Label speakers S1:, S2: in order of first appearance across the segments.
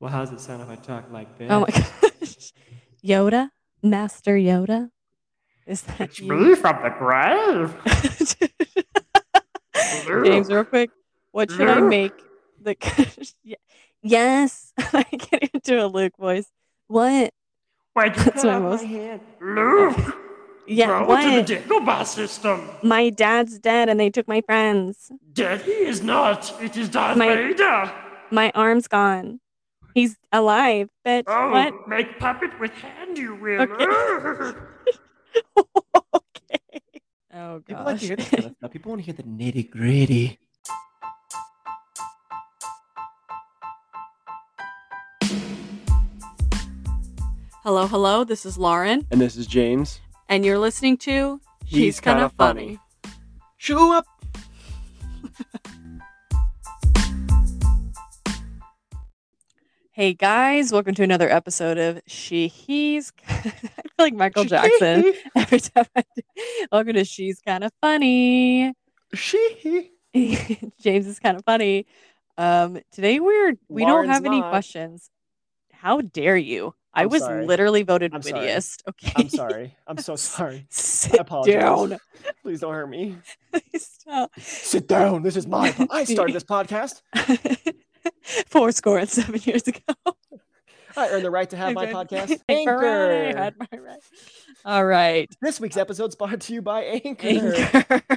S1: Well, how does it sound if I talk like this?
S2: Oh my gosh. Yoda? Master Yoda? Is that you?
S1: from the grave.
S2: James, real quick. What should I
S1: Luke.
S2: make the Ye- Yes. I get into a Luke voice. What?
S1: Why'd
S2: you That's cut my off my most-
S1: hand? Luke!
S2: Yeah, what?
S1: Dagobah system!
S2: My dad's dead and they took my friends.
S1: Daddy is not! It is Darth
S2: My-
S1: Vader!
S2: My arm's gone. He's alive, bitch. What?
S1: Oh, make puppet with hand you will.
S2: Okay. okay. Oh
S1: People like
S2: gosh.
S1: to hear this kind of stuff. People want to hear the nitty gritty.
S2: hello, hello. This is Lauren,
S1: And this is James.
S2: and you're listening to
S1: He's Kinda Kinda Funny. Funny. Show up!
S2: Hey guys, welcome to another episode of She He's. I feel like Michael Jackson every time. I do. Welcome to She's Kind of Funny.
S1: She.
S2: James is kind of funny. Um, today we're we
S1: Lauren's
S2: don't have any
S1: not.
S2: questions. How dare you? I
S1: I'm
S2: was
S1: sorry.
S2: literally voted
S1: I'm sorry.
S2: wittiest. Okay,
S1: I'm sorry. I'm so sorry. I
S2: Sit
S1: apologize.
S2: down.
S1: Please don't hurt me.
S2: Stop.
S1: Sit down. This is my. po- I started this podcast.
S2: Four score and seven years ago.
S1: I earned the right to have my
S2: Good.
S1: podcast.
S2: Anchor. I
S1: Anchor.
S2: had my right. All right.
S1: This week's episode's brought to you by Anchor.
S2: Anchor.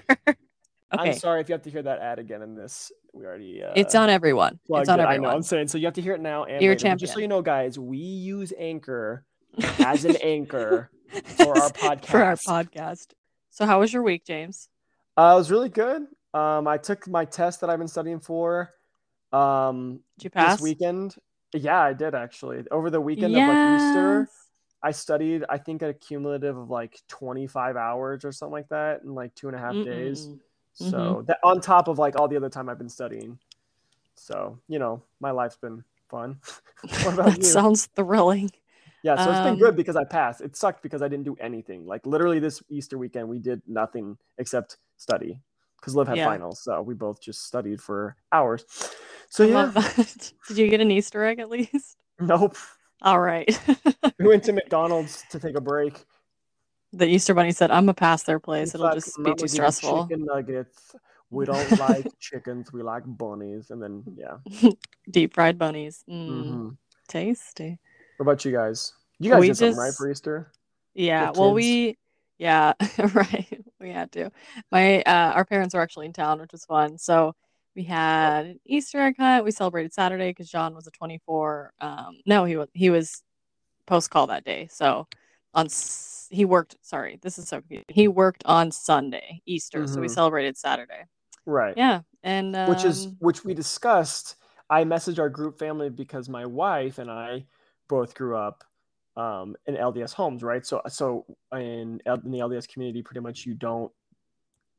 S1: I'm
S2: okay.
S1: sorry if you have to hear that ad again in this. We already. Uh,
S2: It's on everyone.
S1: plugged
S2: It's on
S1: it. I know. I'm
S2: everyone.
S1: saying so. You have to hear it now. And
S2: You're a
S1: later. But Just so
S2: champion.
S1: you know, guys, we use Anchor as an anchor for our podcast.
S2: For our podcast. So how was your week, James?
S1: Uh, it was really good. Um, I took my test that I've been studying for. Um,
S2: Did you pass?
S1: this weekend. Yeah, I did actually. Over the weekend of like Easter, I studied. I think a cumulative of like 25 hours or something like that in like two and a half days.
S2: Mm-mm. Mm-hmm.
S1: So that on top of like all the other time I've been studying. So you know, my life's been fun. What about
S2: that
S1: you?
S2: sounds thrilling.
S1: Yeah, so it's been
S2: Um,
S1: good because I passed. It sucked because I didn't do anything. Like literally this Easter weekend, we did nothing except study because Liv had
S2: Yeah.
S1: finals, so we both just studied for hours. So yeah,
S2: Love that. Did you get an Easter egg at least?
S1: nope.
S2: All right.
S1: We went to McDonald's to take a break.
S2: the Easter bunny said, I'm gonna pass their place.
S1: It's
S2: It'll
S1: like,
S2: just
S1: "Mom,
S2: be
S1: we
S2: too
S1: did
S2: stressful.
S1: Chicken nuggets. We don't like chickens. We like bunnies. And then yeah.
S2: Deep fried bunnies. Mm,
S1: Mhm.
S2: Tasty.
S1: What about you guys? You guys
S2: We
S1: did something right
S2: just-
S1: for Easter.
S2: Yeah. Well,
S1: kids.
S2: we, yeah, right. We had to. My, uh, our parents were actually in town, which was fun. So we had an Easter egg hunt. We celebrated Saturday because John was a 24. Um, no, he was, he was post call that day. So on, s- he worked, sorry, this is so confusing. He worked on Sunday, Easter. So we
S1: Mhm.
S2: celebrated Saturday.
S1: Right.
S2: Yeah. And, um,
S1: Which is which we discussed. I messaged our group family because my wife and I both grew up um, in LDS homes, right? So so in, L- in the LDS community, pretty much you don't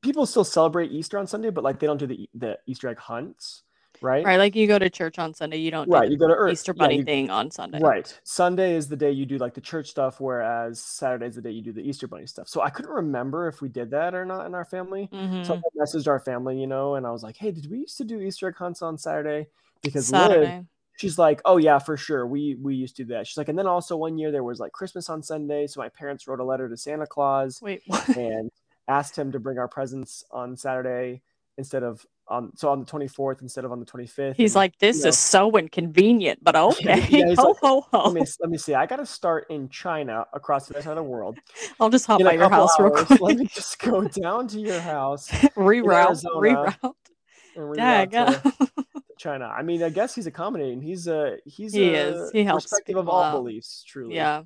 S1: people still celebrate Easter on Sunday, but like they don't do the the Easter egg hunts, right?
S2: right. Like you go to church on Sunday, you don't do
S1: Right,
S2: the
S1: you go to Earth.
S2: Easter
S1: yeah,
S2: bunny
S1: you-
S2: thing on Sunday.
S1: Right. Sunday is the day you do like the church stuff, whereas Saturday is the day you do the Easter Bunny stuff. So I couldn't remember if we did that or not in our family.
S2: Mhm.
S1: So I messaged our family, you know, and I was like, hey, did we used to do Easter egg hunts on Saturday? Because Liv,
S2: Saturday.
S1: she's like, oh, yeah, for sure. We, we used to do that. She's like, and then also one year there was like Christmas on Sunday. So my parents wrote a letter to Santa Claus
S2: Wait, what?
S1: and asked him to bring our presents on Saturday instead of on so on the 24th instead of on the 25th.
S2: He's
S1: And-
S2: like, this
S1: know.
S2: is so inconvenient, but okay.
S1: he's
S2: ho,
S1: like,
S2: ho, ho.
S1: let me, let me see. I got to start in China across the other side of the world.
S2: I'll just hop
S1: In a
S2: by your
S1: couple
S2: Oh, house real
S1: hours,
S2: quick.
S1: Let me just go down to your house
S2: reroute,
S1: Arizona,
S2: reroute.
S1: and reroute
S2: Dag. uh,
S1: to China. I mean, I guess he's accommodating. He's a he's
S2: He
S1: a
S2: is. He helps
S1: respective of
S2: people
S1: all
S2: out.
S1: beliefs. Truly,
S2: yeah.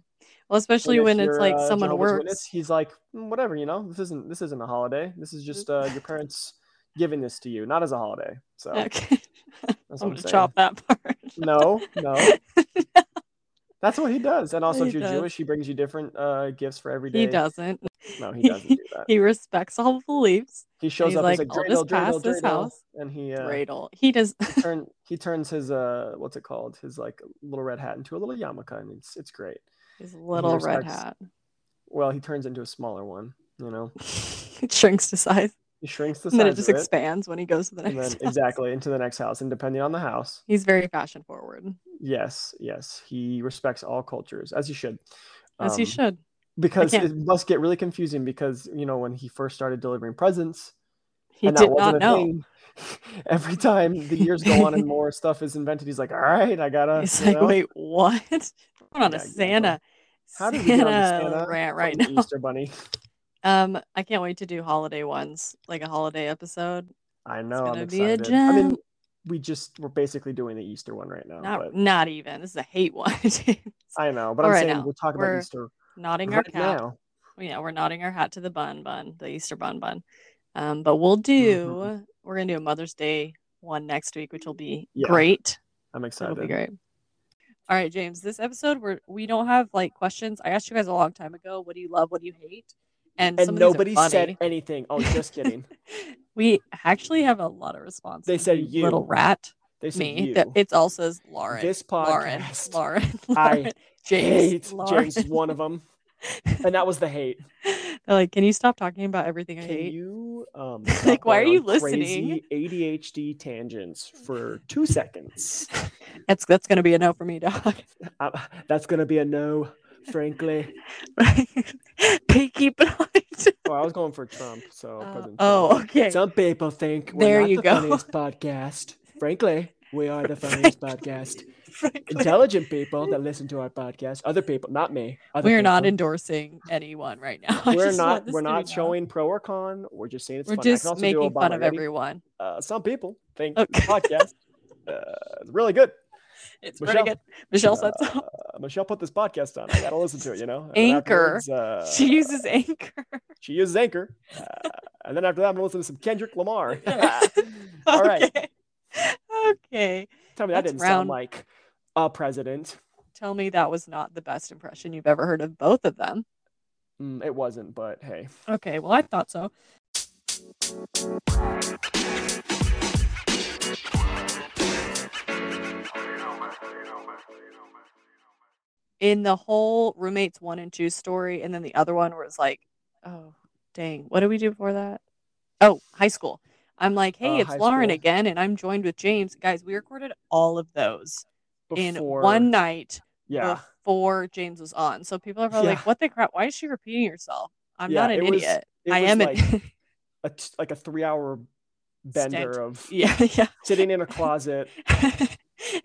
S2: Well, especially
S1: And if
S2: when it's
S1: you're,
S2: like
S1: uh,
S2: someone
S1: Jehovah's Witness,
S2: works.
S1: he's like "Mm, whatever. You know, this isn't this isn't a holiday. This is just uh, your parents giving this to you, not as a holiday. So
S2: Okay.
S1: Oh, that's
S2: I'm
S1: what I'm
S2: going to
S1: saying.
S2: chop that part.
S1: No, no. That's what he does. And also,
S2: He
S1: if you're
S2: does.
S1: Jewish, he brings you different uh, gifts for every day. Uh,
S2: He doesn't.
S1: No, he doesn't do that.
S2: He respects all beliefs.
S1: He shows
S2: he's
S1: up.
S2: like,
S1: he's like,
S2: "I'll
S1: dreidel,
S2: just pass
S1: dreidel,
S2: this
S1: dreidel,"
S2: house.
S1: and he uh,
S2: Dreidel. He does.
S1: he turn he turns his uh, what's it called? His like little red hat into a little yarmulke, and it's it's great.
S2: His little red
S1: respects-
S2: hat.
S1: Well, he turns into a smaller one. You know,
S2: it shrinks to size.
S1: he shrinks the
S2: And then
S1: size
S2: it just
S1: of it,
S2: expands when he goes to the
S1: and
S2: next
S1: then
S2: house.
S1: exactly into the next house, and depending on the house,
S2: He's very fashion forward.
S1: Yes, yes. He respects all cultures, as he should.
S2: as he
S1: Um,
S2: should.
S1: Because
S2: I
S1: it
S2: can't-
S1: must get really confusing because, you know, when he first started delivering presents,
S2: He
S1: and that
S2: did not
S1: wasn't a
S2: know.
S1: thing. Every time the years go on and more stuff is invented, he's like, all right, I gotta,
S2: He's
S1: you
S2: like,
S1: know,
S2: wait, what? We're on
S1: Yeah,
S2: a
S1: exactly.
S2: Santa,
S1: how
S2: Santa,
S1: did we get on the Santa
S2: rant
S1: from
S2: right
S1: the
S2: now.
S1: Easter Bunny?
S2: Um, I can't wait to do holiday ones, like a holiday episode.
S1: I
S2: It's
S1: know, I'm
S2: gonna be a
S1: excited. I mean,
S2: gem.
S1: we just, we're basically doing the Easter one right now,
S2: Not,
S1: but
S2: not even. This is a hate one. James.
S1: I know, but
S2: All
S1: I'm
S2: right,
S1: saying
S2: now
S1: we're talking about
S2: we're
S1: Easter
S2: nodding our
S1: right
S2: cap.
S1: now.
S2: Yeah, we're nodding our hat to the bun bun, the Easter bun bun. Um, but we'll
S1: Mm-hmm.
S2: do. We're gonna do a Mother's Day one next week, which will be
S1: Yeah.
S2: great.
S1: I'm
S2: It'll be
S1: excited.
S2: great. All right, James. This episode, we're we don't have like questions. I asked you guys a long time ago. What do you love? What do you hate? And,
S1: And
S2: some of these are
S1: nobody
S2: funny.
S1: said anything. Oh, just kidding.
S2: we actually have a lot of responses.
S1: They said you.
S2: little rat.
S1: They said
S2: Me.
S1: you.
S2: That it also says Lauren.
S1: this
S2: Lauren.
S1: podcast
S2: Lauren.
S1: I
S2: Lauren. James.
S1: hate
S2: Lauren.
S1: James, one of them. And that was the hate.
S2: They're like, can you stop talking about everything I
S1: Can
S2: hate?
S1: you um
S2: Like,
S1: stop
S2: why are
S1: going
S2: you
S1: on crazy
S2: listening?
S1: ADHD tangents for two seconds?
S2: That's that's gonna be a no for me, dog.
S1: Uh, that's gonna be a no, frankly.
S2: Peaky blind.
S1: Oh, I was going for Trump, so
S2: Uh,
S1: President
S2: oh,
S1: Trump.
S2: okay.
S1: Some people think we're
S2: There
S1: not
S2: you
S1: the
S2: go.
S1: funniest podcast. Frankly, we are the funniest
S2: Frankly.
S1: podcast.
S2: Frankly,
S1: Intelligent people that listen to our podcast, other people, not me. Other
S2: we're not
S1: people.
S2: endorsing anyone right now. I
S1: we're
S2: just want
S1: not
S2: this
S1: we're
S2: to be
S1: not
S2: known.
S1: showing pro or con. We're just saying it's
S2: We're
S1: funny. I
S2: just
S1: can also do
S2: making
S1: Obama
S2: fun of
S1: ready.
S2: everyone.
S1: Uh, some people think
S2: Okay.
S1: the podcast uh, is really good.
S2: It's
S1: Michelle.
S2: pretty good. Michelle said so.
S1: Uh, Michelle put this podcast on. I gotta listen to it. You know, And then
S2: Anchor.
S1: afterwards, Uh,
S2: she uses anchor.
S1: she uses Anchor, uh, and then after that, I'm gonna listen to some Kendrick Lamar. All right.
S2: okay. Okay.
S1: Tell me that
S2: That's
S1: didn't
S2: round.
S1: sound like a president.
S2: Tell me that was not the best impression you've ever heard of both of them.
S1: Mm, it wasn't, but hey.
S2: Okay. Well, I thought so. In the whole roommates one and two story, and then the other one where it's like, oh, dang, what did we do before that? Oh, high school. I'm like, hey,
S1: Uh,
S2: it's
S1: high
S2: Lauren
S1: school.
S2: again, and I'm joined with James. Guys, we recorded all of those in
S1: Before,
S2: one night
S1: yeah,
S2: before James was on. So people are probably
S1: Yeah.
S2: like, "What the crap? Why is she repeating herself?" I'm
S1: Yeah,
S2: not an
S1: it was-
S2: idiot.
S1: it
S2: I
S1: was
S2: am
S1: like
S2: an
S1: a t- like a three-hour bender
S2: Stint.
S1: of
S2: yeah, yeah,
S1: sitting in a closet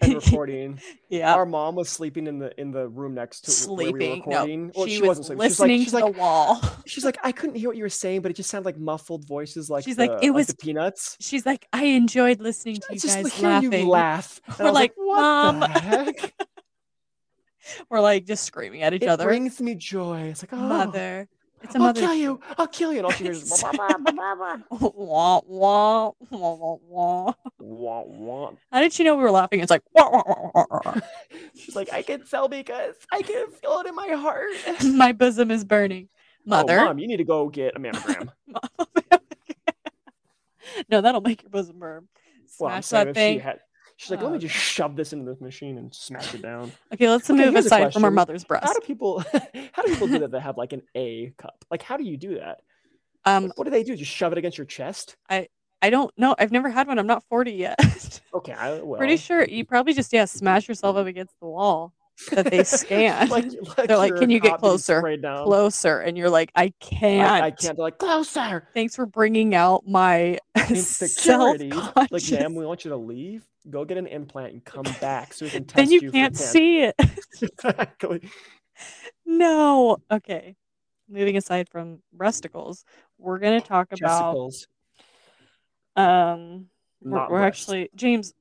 S1: and recording.
S2: yeah.
S1: Our mom was sleeping in the in the room next to where we were
S2: Sleeping. No,
S1: recording. Well,
S2: she,
S1: she,
S2: was
S1: wasn't sleeping. She's like,
S2: listening
S1: she's
S2: to
S1: like,
S2: the wall.
S1: she's like, I couldn't hear what you were saying, but it just sounded like muffled voices, like
S2: She's like,
S1: the-
S2: "It was
S1: the peanuts.
S2: She's like, "I enjoyed listening to
S1: I
S2: you
S1: just
S2: guys
S1: hear
S2: laughing."
S1: you laugh. And I
S2: We're
S1: was like,
S2: like,
S1: what
S2: "Mom."
S1: the heck?
S2: We're like just screaming at each
S1: It
S2: other.
S1: brings me joy. It's like, oh,
S2: Mother, it's a
S1: I'll
S2: mother.
S1: kill you. I'll kill you. And all she hears is
S2: Sorry.
S1: wah, wah, wah, wah,
S2: wah, wah, wah, wah, wah.
S1: wah, wah, wah.
S2: How did she know we were laughing? It's like wah, wah, wah, wah, wah, wah.
S1: She's like, I can tell because I can feel it in my heart.
S2: my bosom is burning. Mother,
S1: Oh, mom, you need to go get a mammogram.
S2: no, that'll make your bosom burn.
S1: well, I'm saying
S2: Smash
S1: if
S2: that
S1: she
S2: thing.
S1: had. She's like, let
S2: Oh,
S1: me just shove this into this machine and smash it down.
S2: Okay, let's
S1: Okay,
S2: move
S1: here's a
S2: aside from our
S1: question.
S2: mother's
S1: How
S2: breast.
S1: do people? How do people do that? That have like an A cup. Like, how do you do that?
S2: Um,
S1: Like, what do they do? Just shove it against your chest?
S2: I don't know. I've never had one. I'm not 40 yet.
S1: Okay, I well.
S2: Pretty sure you probably just yeah smash yourself up against the wall that they scan
S1: like, like
S2: They're like,
S1: you're
S2: "Can
S1: a
S2: you get
S1: cop being
S2: closer?
S1: sprayed down."
S2: closer, and you're like, I can't.
S1: I, I can't. They're like closer.
S2: Thanks for bringing out my self
S1: Insecurities. Like,
S2: conscious.
S1: ma'am, we want you to leave. Go get an implant and come back so we can test
S2: then you
S1: for
S2: can't
S1: cancer."
S2: see it.
S1: exactly.
S2: No. Okay. Moving aside from rusticles, we're gonna talk about
S1: Chesticles.
S2: um we're,
S1: Not
S2: we're
S1: breasts.
S2: actually james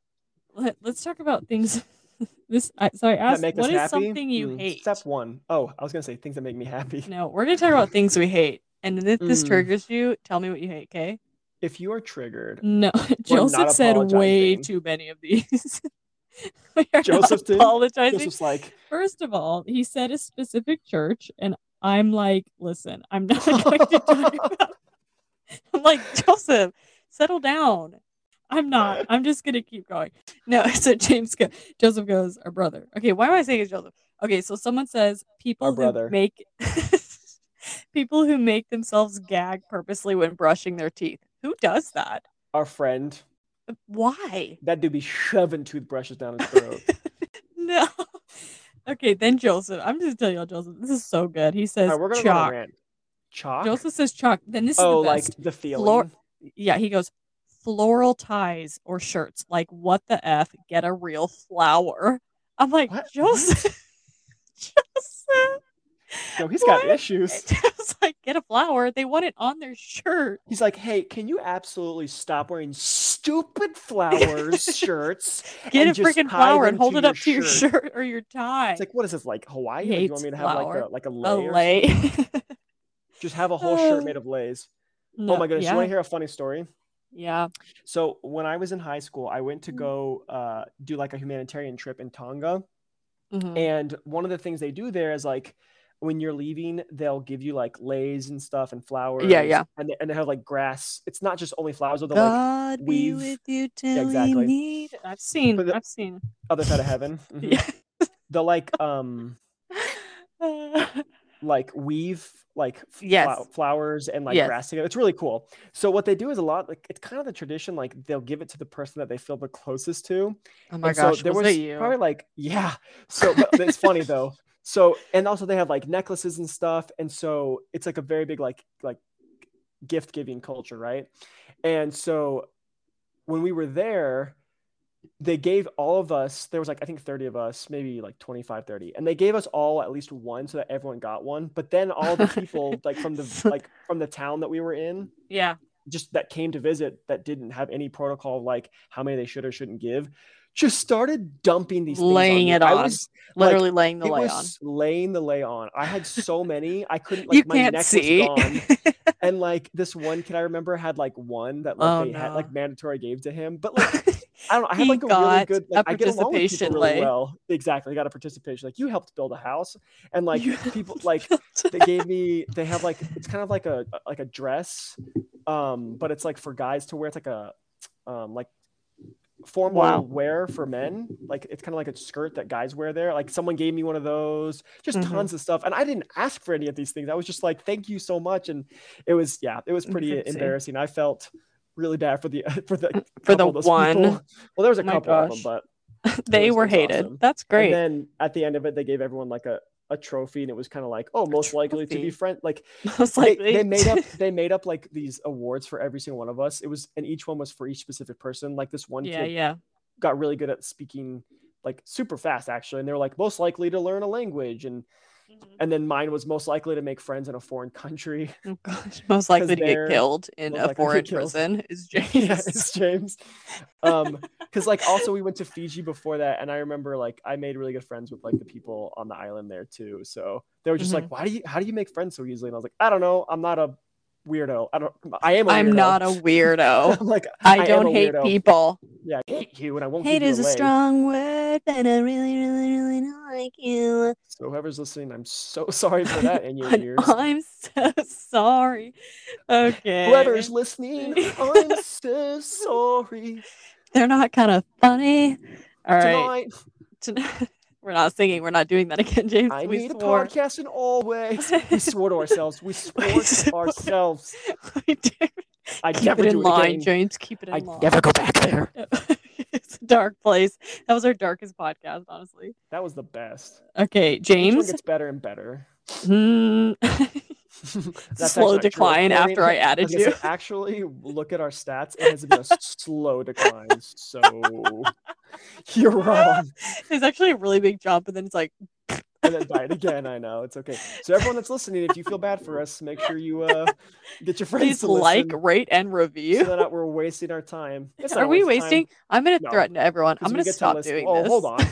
S2: let, us talk about things this I, so i
S1: that
S2: asked
S1: make us
S2: what is
S1: happy?
S2: something you
S1: Hmm,
S2: hate
S1: Step one. Oh, I was gonna say things that make me happy.
S2: no we're gonna talk about things we hate and if this
S1: Mm.
S2: triggers you tell me what you hate okay
S1: If you are triggered,
S2: no joseph
S1: not
S2: said way
S1: apologizing.
S2: too many of these We are not
S1: Joseph did?
S2: apologizing
S1: Joseph's like,
S2: first of all he said a specific church and i'm like listen i'm not going to talk about i'm like joseph settle down i'm not i'm just gonna keep going no so james go- joseph goes our brother okay why am i saying it's joseph okay so someone says people
S1: Our
S2: who
S1: brother.
S2: make people who make themselves gag purposely when brushing their teeth who does that
S1: our friend.
S2: why
S1: That dude be shoving toothbrushes down his throat.
S2: no. Okay, then Joseph. I'm just telling y'all, Joseph. This is so good. He says
S1: All right, we're gonna go on a
S2: chalk.
S1: rant. Chalk.
S2: Joseph says chalk. Then this
S1: oh,
S2: is the
S1: like
S2: best.
S1: the feeling.
S2: Floor- yeah, he goes floral ties or shirts. Like what the f? Get a real flower. I'm like
S1: What?
S2: Joseph. Joseph.
S1: No, he's got
S2: What?
S1: issues.
S2: I was like, get a flower. They want it on their shirt.
S1: He's like, hey, can you absolutely stop wearing stupid flowers shirts?
S2: Get
S1: And
S2: a
S1: just
S2: freaking
S1: tie
S2: flower
S1: them
S2: and hold
S1: to
S2: it
S1: your
S2: up to your
S1: shirt.
S2: shirt or your tie.
S1: It's like, what is this like Hawaii? Or do you
S2: Hates
S1: want me to have like
S2: flower.
S1: a like a
S2: a
S1: lay? or
S2: lay.
S1: something? Just have a whole shirt
S2: Oh.
S1: made of lays.
S2: No,
S1: oh my goodness!
S2: Yeah.
S1: You want to hear a funny story?
S2: yeah.
S1: So when I was in high school, I went to
S2: Mm.
S1: go uh, do like a humanitarian trip in Tonga,
S2: Mhm.
S1: and one of the things they do there is like when you're leaving, they'll give you like lays and stuff and flowers.
S2: yeah.
S1: And they, and they have like grass. It's not just only flowers, although like
S2: God
S1: we've-
S2: be with you till
S1: exactly.
S2: you need. I've seen.
S1: But the-
S2: I've seen.
S1: other side of heaven. Mhm.
S2: Yeah.
S1: They'll like um
S2: Oh
S1: like weave like f-
S2: Yes.
S1: flow- flowers and like
S2: Yes.
S1: grass together. It's really cool. So what they do is a lot like it's kind of the tradition. Like they'll give it to the person that they feel the closest to.
S2: oh my
S1: And
S2: gosh,
S1: so there
S2: was,
S1: was,
S2: it you?
S1: probably like yeah. So but it's funny though. So and also they have like necklaces and stuff, and so it's like a very big like like gift giving culture, right? And so when we were there, they gave all of us. There was like I think thirty of us, maybe like 25, 30, and they gave us all at least one so that everyone got one. But then all the people like from the like from the town that we were in
S2: yeah.
S1: just that came to visit that didn't have any protocol of, like how many they should or shouldn't give just started dumping these things on
S2: Laying
S1: me.
S2: it
S1: I
S2: on.
S1: was like,
S2: Literally laying the
S1: it
S2: lay on.
S1: was laying the lay on i had so many i couldn't like
S2: you
S1: my
S2: can't
S1: neck
S2: see.
S1: was gone and like this one kid i remember had like one that like
S2: Oh,
S1: they had
S2: no.
S1: like mandatory gave to him but like i don't know i had
S2: He
S1: like a really
S2: got
S1: good
S2: a
S1: like i get along with people
S2: participation
S1: really
S2: lay.
S1: well exactly I got a participation like you helped build a house and like
S2: You
S1: people like they gave me they have like it's kind of like a like a dress um but it's like for guys to wear it's like a um like formal
S2: Wow.
S1: wear for men like it's kind of like a skirt that guys wear there like someone gave me one of those just
S2: Mhm.
S1: tons of stuff and i didn't ask for any of these things i was just like thank you so much and it was yeah it was pretty
S2: Crazy.
S1: embarrassing i felt really bad for the for the
S2: for
S1: couple
S2: the
S1: of those
S2: one.
S1: people. well there was a
S2: My
S1: couple of them
S2: gosh.
S1: but
S2: they
S1: was-
S2: were
S1: it was
S2: hated.
S1: awesome.
S2: That's great.
S1: and then at the end of it they gave everyone like a a trophy and it was kind of like oh most likely to be
S2: trophy.
S1: friend like
S2: I was
S1: they,
S2: like,
S1: they made up they made up like these awards for every single one of us. It was and each one was for each specific person. Like this one
S2: yeah,
S1: kid
S2: yeah.
S1: got really good at speaking like super fast actually, and they were like most likely to learn a language, and and then mine was most likely to make friends in a foreign country.
S2: Oh gosh, most likely to
S1: they're-
S2: get killed in
S1: most likely
S2: a
S1: to get
S2: foreign
S1: killed.
S2: prison is James.
S1: yes, James. Um, because like also we went to Fiji before that, and I remember like I made really good friends with like the people on the island there too. So they were just
S2: Mm-hmm.
S1: like, why do you how do you make friends so easily? And I was like, I don't know, I'm not a weirdo. I don't. I am. A
S2: I'm
S1: weirdo."
S2: not a weirdo.
S1: I'm like I am
S2: I don't
S1: a
S2: hate
S1: weirdo.
S2: people.
S1: Yeah, I hate you, and I won't
S2: Hate
S1: give you
S2: is a
S1: away.
S2: strong word, but I really, really, really don't like you.
S1: So whoever's listening, I'm so sorry for that in your
S2: And
S1: ears.
S2: I'm so sorry. Okay.
S1: Whoever's listening, I'm so sorry.
S2: They're not kind of funny. All right.
S1: Tonight,
S2: Tonight. We're not singing. We're not doing that again, James.
S1: I
S2: we
S1: need a
S2: swore.
S1: podcast and always. We swore to ourselves. We swore to
S2: swore.
S1: ourselves.
S2: We did.
S1: I
S2: Keep
S1: never
S2: it in
S1: do it
S2: line,
S1: again.
S2: James. Keep it in
S1: I
S2: line.
S1: never go back there.
S2: it's a dark place. That was our darkest podcast, honestly.
S1: That was the best.
S2: Okay,
S1: Each one
S2: James.
S1: gets better and better.
S2: Hmm.
S1: That's actually not
S2: slow
S1: true.
S2: decline
S1: According-
S2: after I
S1: I
S2: added
S1: was gonna
S2: you.
S1: say, actually, look at our stats. It has been a slow decline. So you're wrong.
S2: It's actually a really big jump, and then it's like,
S1: and then buy it again. I know it's okay. So everyone that's listening, if you feel bad for us, make sure you uh get your friends
S2: please
S1: to
S2: like,
S1: listen
S2: rate, and
S1: so
S2: review.
S1: that not- we're wasting our time. It's not
S2: Are we
S1: waste of time,
S2: wasting? I'm gonna
S1: No,
S2: threaten everyone.
S1: 'cause
S2: I'm
S1: we
S2: gonna
S1: get to
S2: stop
S1: listen-
S2: doing
S1: oh,
S2: this. Oh.
S1: hold on.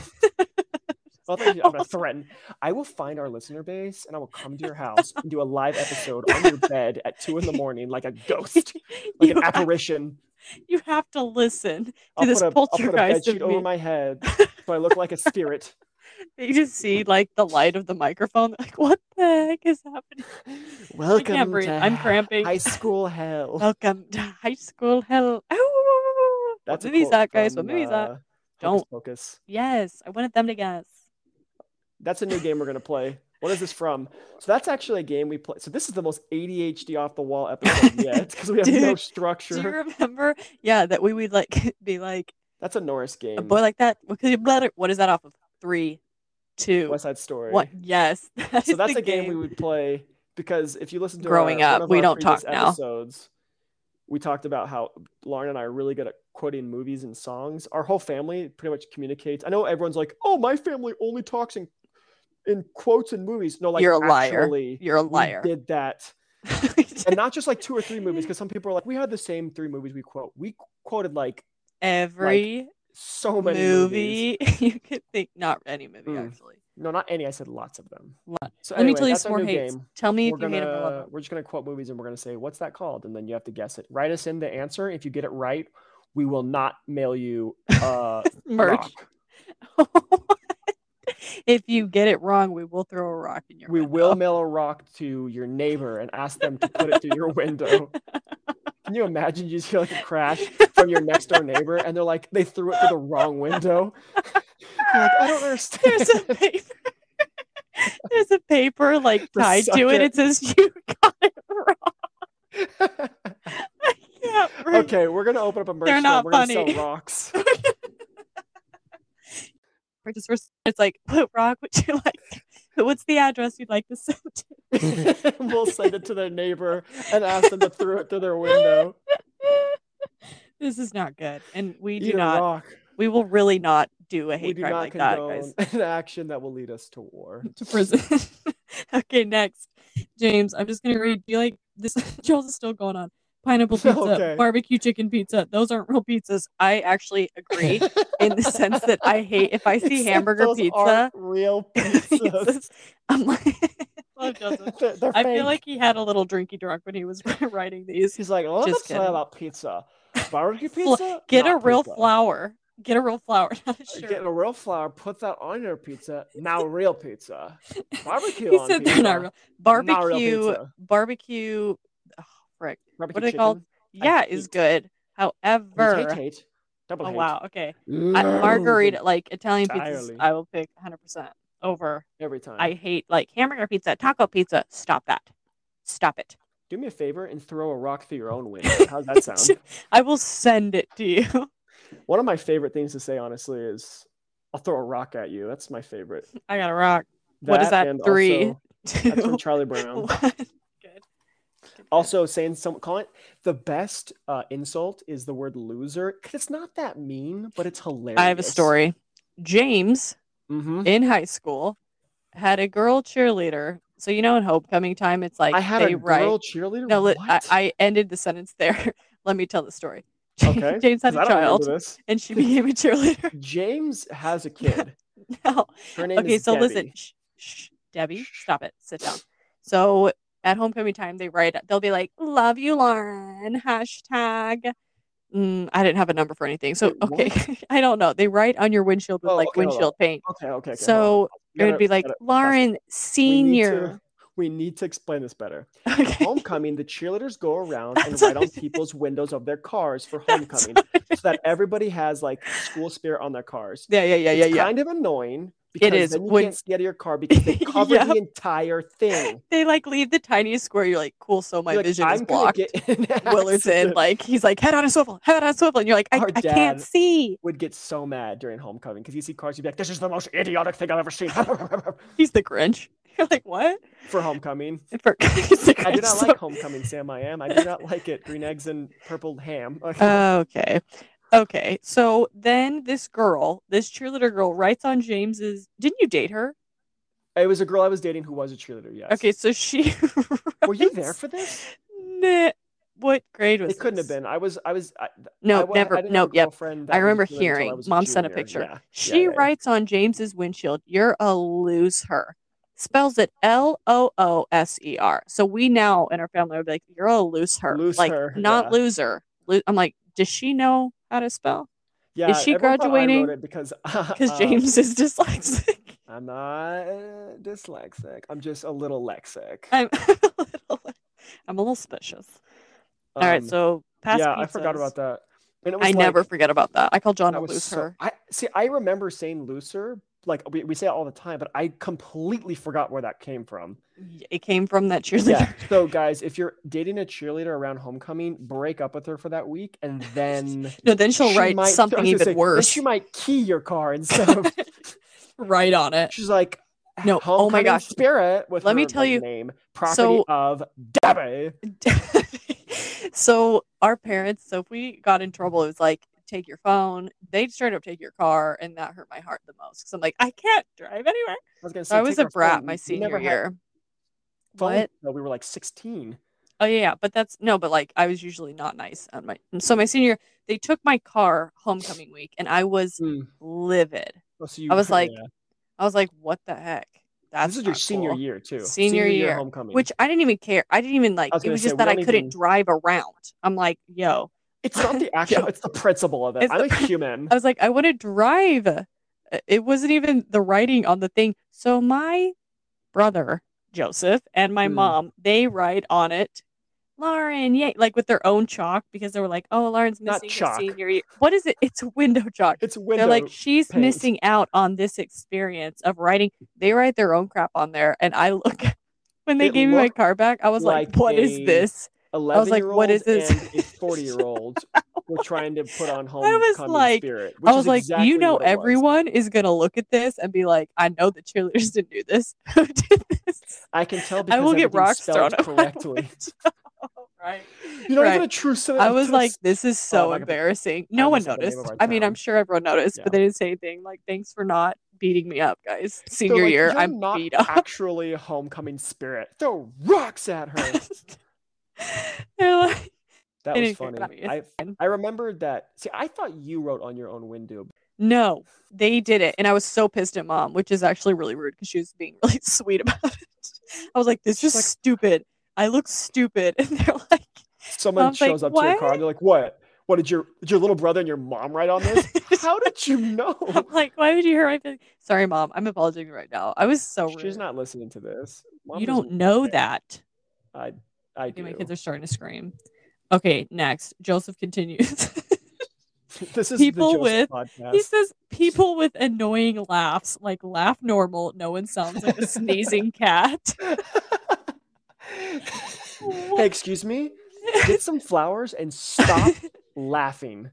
S1: Well, thank you. I'm gonna threaten. I will find our listener base and I will come to your house and do a live episode on your bed at two in the morning, like a ghost, like
S2: you,
S1: an
S2: have,
S1: apparition.
S2: you have to listen.
S1: I'll
S2: this
S1: put, a, I'll put a bed
S2: poltergeist of
S1: sheet over
S2: me.
S1: my head so I look like a spirit.
S2: They just see like the light of the microphone. Like, what the heck is happening?
S1: Welcome
S2: breathe.
S1: to
S2: I'm cramping.
S1: High school hell.
S2: Welcome to high school hell. Oh,
S1: That's a
S2: what movie's
S1: quote
S2: that, guys?
S1: from,
S2: what movie's that?
S1: uh, Hocus
S2: Don't.
S1: Pocus.
S2: Yes, I wanted them to guess.
S1: That's a new game we're gonna play. What is this from? So that's actually a game we play. So this is the most ADHD off the wall episode yet because we have no
S2: Dude, Do you
S1: structure.
S2: remember? Yeah, that we would like be like
S1: That's a Norris
S2: a
S1: game.
S2: boy like that. What could you blutter? What is that off of? three, two,
S1: West Side Story.
S2: one. Yes. that
S1: So
S2: is
S1: that's
S2: the
S1: a game. we would play because if you listen to
S2: Growing
S1: our,
S2: up,
S1: one of
S2: we
S1: our
S2: don't
S1: previous
S2: talk now.
S1: Episodes, we talked about how Lauren and I are really good at quoting movies and songs. Our whole family pretty much communicates. I know everyone's like, "Oh, my family only talks in in quotes and movies." No, like
S2: You're a liar.
S1: actually,
S2: You're a
S1: we
S2: liar.
S1: did that,
S2: We
S1: and
S2: did
S1: not just like two or three movies because some people are like, "We had the same three movies we quote." We quoted like
S2: Every
S1: so many movies.
S2: movie you could think, not any movie
S1: Mm.
S2: actually.
S1: No, not any. I said lots of them.
S2: Lot.
S1: So
S2: Let me
S1: anyway,
S2: tell you
S1: that's
S2: some
S1: our
S2: more
S1: new
S2: hates.
S1: game.
S2: Tell me
S1: we're
S2: if you hate them or love
S1: gonna
S2: them.
S1: we're just gonna quote movies and we're gonna say what's that called, and then you have to guess it. Write us in the answer. If you get it right, we will not mail you uh,
S2: Merch.
S1: rock.
S2: if you get it wrong, we will throw a rock in your
S1: We
S2: window.
S1: will mail a rock to your neighbor and ask them to put it through your window. Can you imagine? You just hear like a crash from your next door neighbor, and they're like, they threw it through the wrong window. You're like, I don't understand.
S2: There's a paper. There's a paper like
S1: The
S2: tied to it.
S1: sucker.
S2: It says you got it wrong. I can't read.
S1: okay, we're gonna open up a merch
S2: They're
S1: store.
S2: not
S1: we're gonna
S2: funny.
S1: sell rocks.
S2: We're just res- it's like what rock would you like? What's the address you'd like to send to?
S1: we'll send it to their neighbor and ask them to throw it through their window.
S2: This is not good, and we
S1: Eat
S2: do
S1: a
S2: not.
S1: rock.
S2: We will really not do a
S1: We
S2: hate
S1: do
S2: crime
S1: not
S2: like that,
S1: condone
S2: guys.
S1: an action that will lead us to war.
S2: To prison. okay, next, James. I'm just gonna read. You like this? Joel's is still going on. Pineapple pizza,
S1: Okay.
S2: barbecue chicken pizza. Those aren't real pizzas. I actually agree in the sense that I hate if I
S1: It
S2: see
S1: said
S2: hamburger
S1: those
S2: pizza.
S1: aren't real pizzas.
S2: pizzas, I'm like, love Joseph.
S1: They're- they're
S2: I feel
S1: fake.
S2: like he had a little drinky drunk when he was writing these.
S1: he's like, "Well,
S2: Just
S1: let's say
S2: kidding.
S1: about pizza. Barbecue
S2: Fla-
S1: pizza.
S2: Get a
S1: Not
S2: real
S1: pizza.
S2: flour. Get a real flour, not a
S1: Get
S2: shirt.
S1: a real flour. Put that on your pizza. Now real pizza. Barbecue.
S2: he
S1: on
S2: said
S1: pizza.
S2: they're not real. Barbecue,
S1: Not real pizza.
S2: barbecue. Oh, frick.
S1: Barbecue
S2: What are they called?
S1: I
S2: Yeah, is
S1: hate-
S2: good.
S1: chicken.
S2: However,
S1: Hate, hate. Double
S2: oh
S1: hate.
S2: wow, okay. I,
S1: No.
S2: margarita, like Italian pizzas,
S1: Mm. Entirely.
S2: I will pick 100 percent over.
S1: Every time.
S2: I hate like hamburger pizza, taco pizza. Stop that. Stop it.
S1: Do me a favor and throw a rock through your own window. How's that sound?
S2: I will send it to you.
S1: One of my favorite things to say, honestly, is I'll throw a rock at you. That's my favorite.
S2: I got a rock. What is that?
S1: and
S2: Three,
S1: also-
S2: Two.
S1: that's from Charlie Brown.
S2: One. Good. Good, good.
S1: Also, saying some call it the best uh, insult is the word loser 'cause it's not that mean, but it's hilarious.
S2: I have a story. James
S1: hmm
S2: in high school had a girl cheerleader. So you know, in homecoming time, it's like
S1: I had
S2: they
S1: a
S2: write.
S1: girl cheerleader.
S2: no,
S1: what?
S2: let, I, I ended the sentence there. let me tell the story.
S1: Okay,
S2: James
S1: 'Cause
S2: had
S1: I
S2: a
S1: don't remember
S2: child,
S1: this.
S2: and she became a cheerleader.
S1: James has a kid.
S2: now,
S1: Her name
S2: okay,
S1: is
S2: so
S1: Debbie.
S2: listen, shh, shh, Debbie, stop it, sit down. So at homecoming time, they write, they'll be like, "Love you, Lauren." Hashtag. Mm, I didn't have a number for anything, so
S1: Wait, what?
S2: okay, I don't know. They write on your windshield with
S1: Oh,
S2: like
S1: okay, hold on.
S2: windshield paint.
S1: Okay, okay. okay, hold on.
S2: so
S1: You
S2: it
S1: gotta-
S2: would be like
S1: gotta-
S2: Lauren
S1: we need to-
S2: Senior.
S1: we need to explain this better.
S2: Okay.
S1: homecoming, the cheerleaders go around and
S2: That's what
S1: write
S2: I
S1: on
S2: did.
S1: people's windows of their cars for
S2: That's
S1: homecoming
S2: what I
S1: so that
S2: did.
S1: everybody has like school spirit on their cars.
S2: yeah, yeah, yeah, yeah,
S1: it's
S2: yeah.
S1: kind of annoying because
S2: is,
S1: then you
S2: when-
S1: can't see out of your car because they cover
S2: Yep.
S1: the entire thing.
S2: They like leave the tiniest square. You're like, cool. So my
S1: You're like,
S2: vision is
S1: I'm gonna
S2: blocked.
S1: get in an
S2: Willard's in,
S1: accident."
S2: like he's like head on a swivel, head on a swivel, and you're like, I,
S1: Our
S2: I can't
S1: dad-
S2: see.
S1: would get so mad during homecoming because you see cars, you'd be like, "This is the most idiotic thing I've ever seen."
S2: He's the Grinch. You're like, what?
S1: for homecoming,
S2: For, he's the Grinch.
S1: I do not
S2: so-
S1: like homecoming, Sam. I am. I do not like it. Green eggs and purple ham. Okay.
S2: Uh, Okay. Okay. So then this girl, this cheerleader girl, writes on James's. Didn't you date her?
S1: it was a girl I was dating who was a cheerleader. Yes.
S2: Okay. So she.
S1: Were you there
S2: writes-
S1: for this?
S2: Nah, what grade was
S1: It couldn't have
S2: this?
S1: been. I was. I was. I,
S2: No,
S1: I wa- I
S2: never.
S1: didn't have
S2: no,
S1: a
S2: yep.
S1: girlfriend that
S2: I
S1: was a
S2: remember
S1: cheerleader until I
S2: hearing.
S1: was a
S2: Mom sent a
S1: junior.
S2: picture.
S1: Yeah,
S2: She
S1: yeah, yeah.
S2: writes on James's windshield, "You're a loser." Spells it L O O S E R. So we now in our family would be like, "You're a loser,"
S1: Loose
S2: like
S1: her,
S2: not
S1: yeah.
S2: loser. Lo- I'm like, does she know how to spell?
S1: Yeah,
S2: she
S1: everyone thought I
S2: graduating?
S1: wrote it because
S2: Because
S1: uh,
S2: James is dyslexic.
S1: I'm not uh, dyslexic. I'm just a little lexic.
S2: I'm a little, I'm a little suspicious. All right,
S1: Um,
S2: so past
S1: yeah, I forgot
S2: pizzas.
S1: about that. And it
S2: I
S1: was like-
S2: never forget about that. I call John
S1: I
S2: a
S1: was so-
S2: loser.
S1: I see. I remember saying looser. Like we, we say it all the time, but I completely forgot where that came from.
S2: Y- It came from that cheerleader.
S1: Yeah. So guys, if you're dating a cheerleader around homecoming, break up with her for that week, and then
S2: No, then she'll
S1: she
S2: write
S1: might- I was
S2: something
S1: gonna
S2: even
S1: say, then
S2: worse.
S1: She might key your car instead of
S2: right on it.
S1: She's like,
S2: No, oh my
S1: "Homecoming
S2: gosh.
S1: spirit with
S2: Let me
S1: her,
S2: tell
S1: like,
S2: you-
S1: name property
S2: so-
S1: of Debbie.
S2: so our parents, so if we got in trouble, it was like take your phone. They straight up take your car, and that hurt my heart the most because I'm like, I can't drive anywhere.
S1: I was gonna
S2: So
S1: say
S2: I was
S1: take
S2: a
S1: our
S2: brat
S1: phone.
S2: my
S1: We
S2: senior
S1: never had
S2: year.
S1: phone
S2: What?
S1: until we were like sixteen.
S2: Oh yeah, yeah, but that's no, but like I was usually not nice at my. So my senior, they took my car homecoming week, and I was
S1: Hmm.
S2: livid.
S1: Oh, so you-
S2: I was like,
S1: yeah.
S2: I was like, what the heck? That's
S1: this is your
S2: not
S1: senior
S2: cool.
S1: year too.
S2: Senior year,
S1: homecoming.
S2: Which I didn't even care. I didn't even like.
S1: was
S2: It
S1: gonna
S2: was
S1: say,
S2: just
S1: we
S2: that I
S1: don't
S2: couldn't
S1: even-
S2: drive around. I'm like, yo,
S1: it's not the actual, it's the principle of it.
S2: It's
S1: I'm
S2: the
S1: a
S2: prin-
S1: human.
S2: I was like, I want to drive. Uh, It wasn't even the writing on the thing. So my brother Joseph and my
S1: Mm.
S2: mom, they write on it, Lauren, yay, like with their own chalk because they were like, oh, Lauren's
S1: Not
S2: missing
S1: chalk.
S2: her senior year. What is it? It's window chalk.
S1: It's window.
S2: They're like, she's
S1: panes."
S2: missing out on this experience of writing. They write their own crap on there, and I look. When they
S1: It
S2: gave me my
S1: looked
S2: car back, I was like,
S1: like
S2: "What is
S1: a-
S2: this?"
S1: Eleven
S2: like,
S1: year
S2: "What
S1: old
S2: is this?"
S1: and a forty year old were trying to put on homecoming
S2: was like-
S1: spirit. Which
S2: I was
S1: is
S2: like,
S1: exactly
S2: you know,
S1: what it was.
S2: everyone is gonna look at this and be like, I know the cheerleaders didn't do this. Who did this?
S1: I can tell because
S2: I will get
S1: everything's
S2: rocks
S1: spelled
S2: thrown at my
S1: correctly.
S2: window. right.
S1: You know,
S2: Right.
S1: even a true sentence.
S2: I was like, this is so
S1: Oh, I can-
S2: embarrassing.
S1: I
S2: No one
S1: just said the name
S2: noticed.
S1: of our
S2: I mean, I'm
S1: town.
S2: sure everyone noticed,
S1: Yeah.
S2: but they didn't say anything. Like, thanks for not beating me up, guys.
S1: They're
S2: Senior
S1: like,
S2: year,
S1: "You're
S2: I'm
S1: not
S2: beat up.
S1: actually homecoming spirit. Throw rocks at her.
S2: They're like,
S1: That
S2: They
S1: was
S2: didn't care
S1: funny.
S2: about me. It's
S1: I
S2: fine.
S1: I remembered that. See, I thought you wrote on your own window.
S2: no, they did it, and I was so pissed at mom, which is actually really rude because she was being really sweet about it. I was like, this
S1: She's
S2: is
S1: like-
S2: stupid. I look stupid, and they're like.
S1: Someone
S2: Mom's like,
S1: shows up to your car
S2: "What?"
S1: and they're like, "What? What did your did your little brother and your mom write on this? How did you know?"
S2: I'm like, why would you hurt my feelings? Sorry, mom. I'm apologizing right now. I was so rude.
S1: She's not listening to this. Mom
S2: Oh, you
S1: doesn't-
S2: don't know
S1: care.
S2: that.
S1: I I
S2: Okay,
S1: do.
S2: my kids are starting to scream. Okay, next. Joseph continues.
S1: this is
S2: people
S1: the Joseph
S2: with-
S1: podcast.
S2: he says, people with annoying laughs, like laugh normal. No one sounds like a sneezing cat.
S1: hey, excuse me. Get some flowers and stop laughing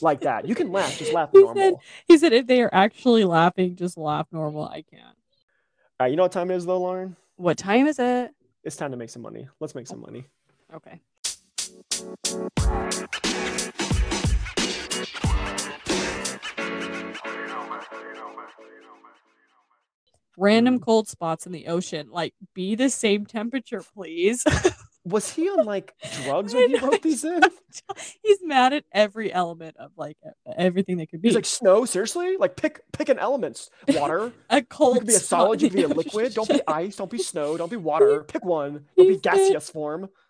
S1: like that. You can laugh, just laugh
S2: He said-
S1: normal.
S2: He said, if they are actually laughing, just laugh normal. I can't.
S1: All right, you know what time it is though, Lauren?
S2: What time is it?
S1: It's time to make some money. Let's make some money.
S2: Okay. Random cold spots in the ocean. Like, be the same temperature, please.
S1: Was he on like drugs
S2: I
S1: when he
S2: know,
S1: wrote these in?
S2: He's mad at every element of like e- everything that could be.
S1: He's like, snow, seriously? Like pick pick an element. Water.
S2: a
S1: You
S2: cold.
S1: could be a
S2: spot
S1: solid, you
S2: in
S1: could be a
S2: the
S1: liquid. Don't be
S2: ocean.
S1: ice, don't be snow, don't be water. Pick one.
S2: he
S1: Don't be
S2: said-
S1: gaseous form.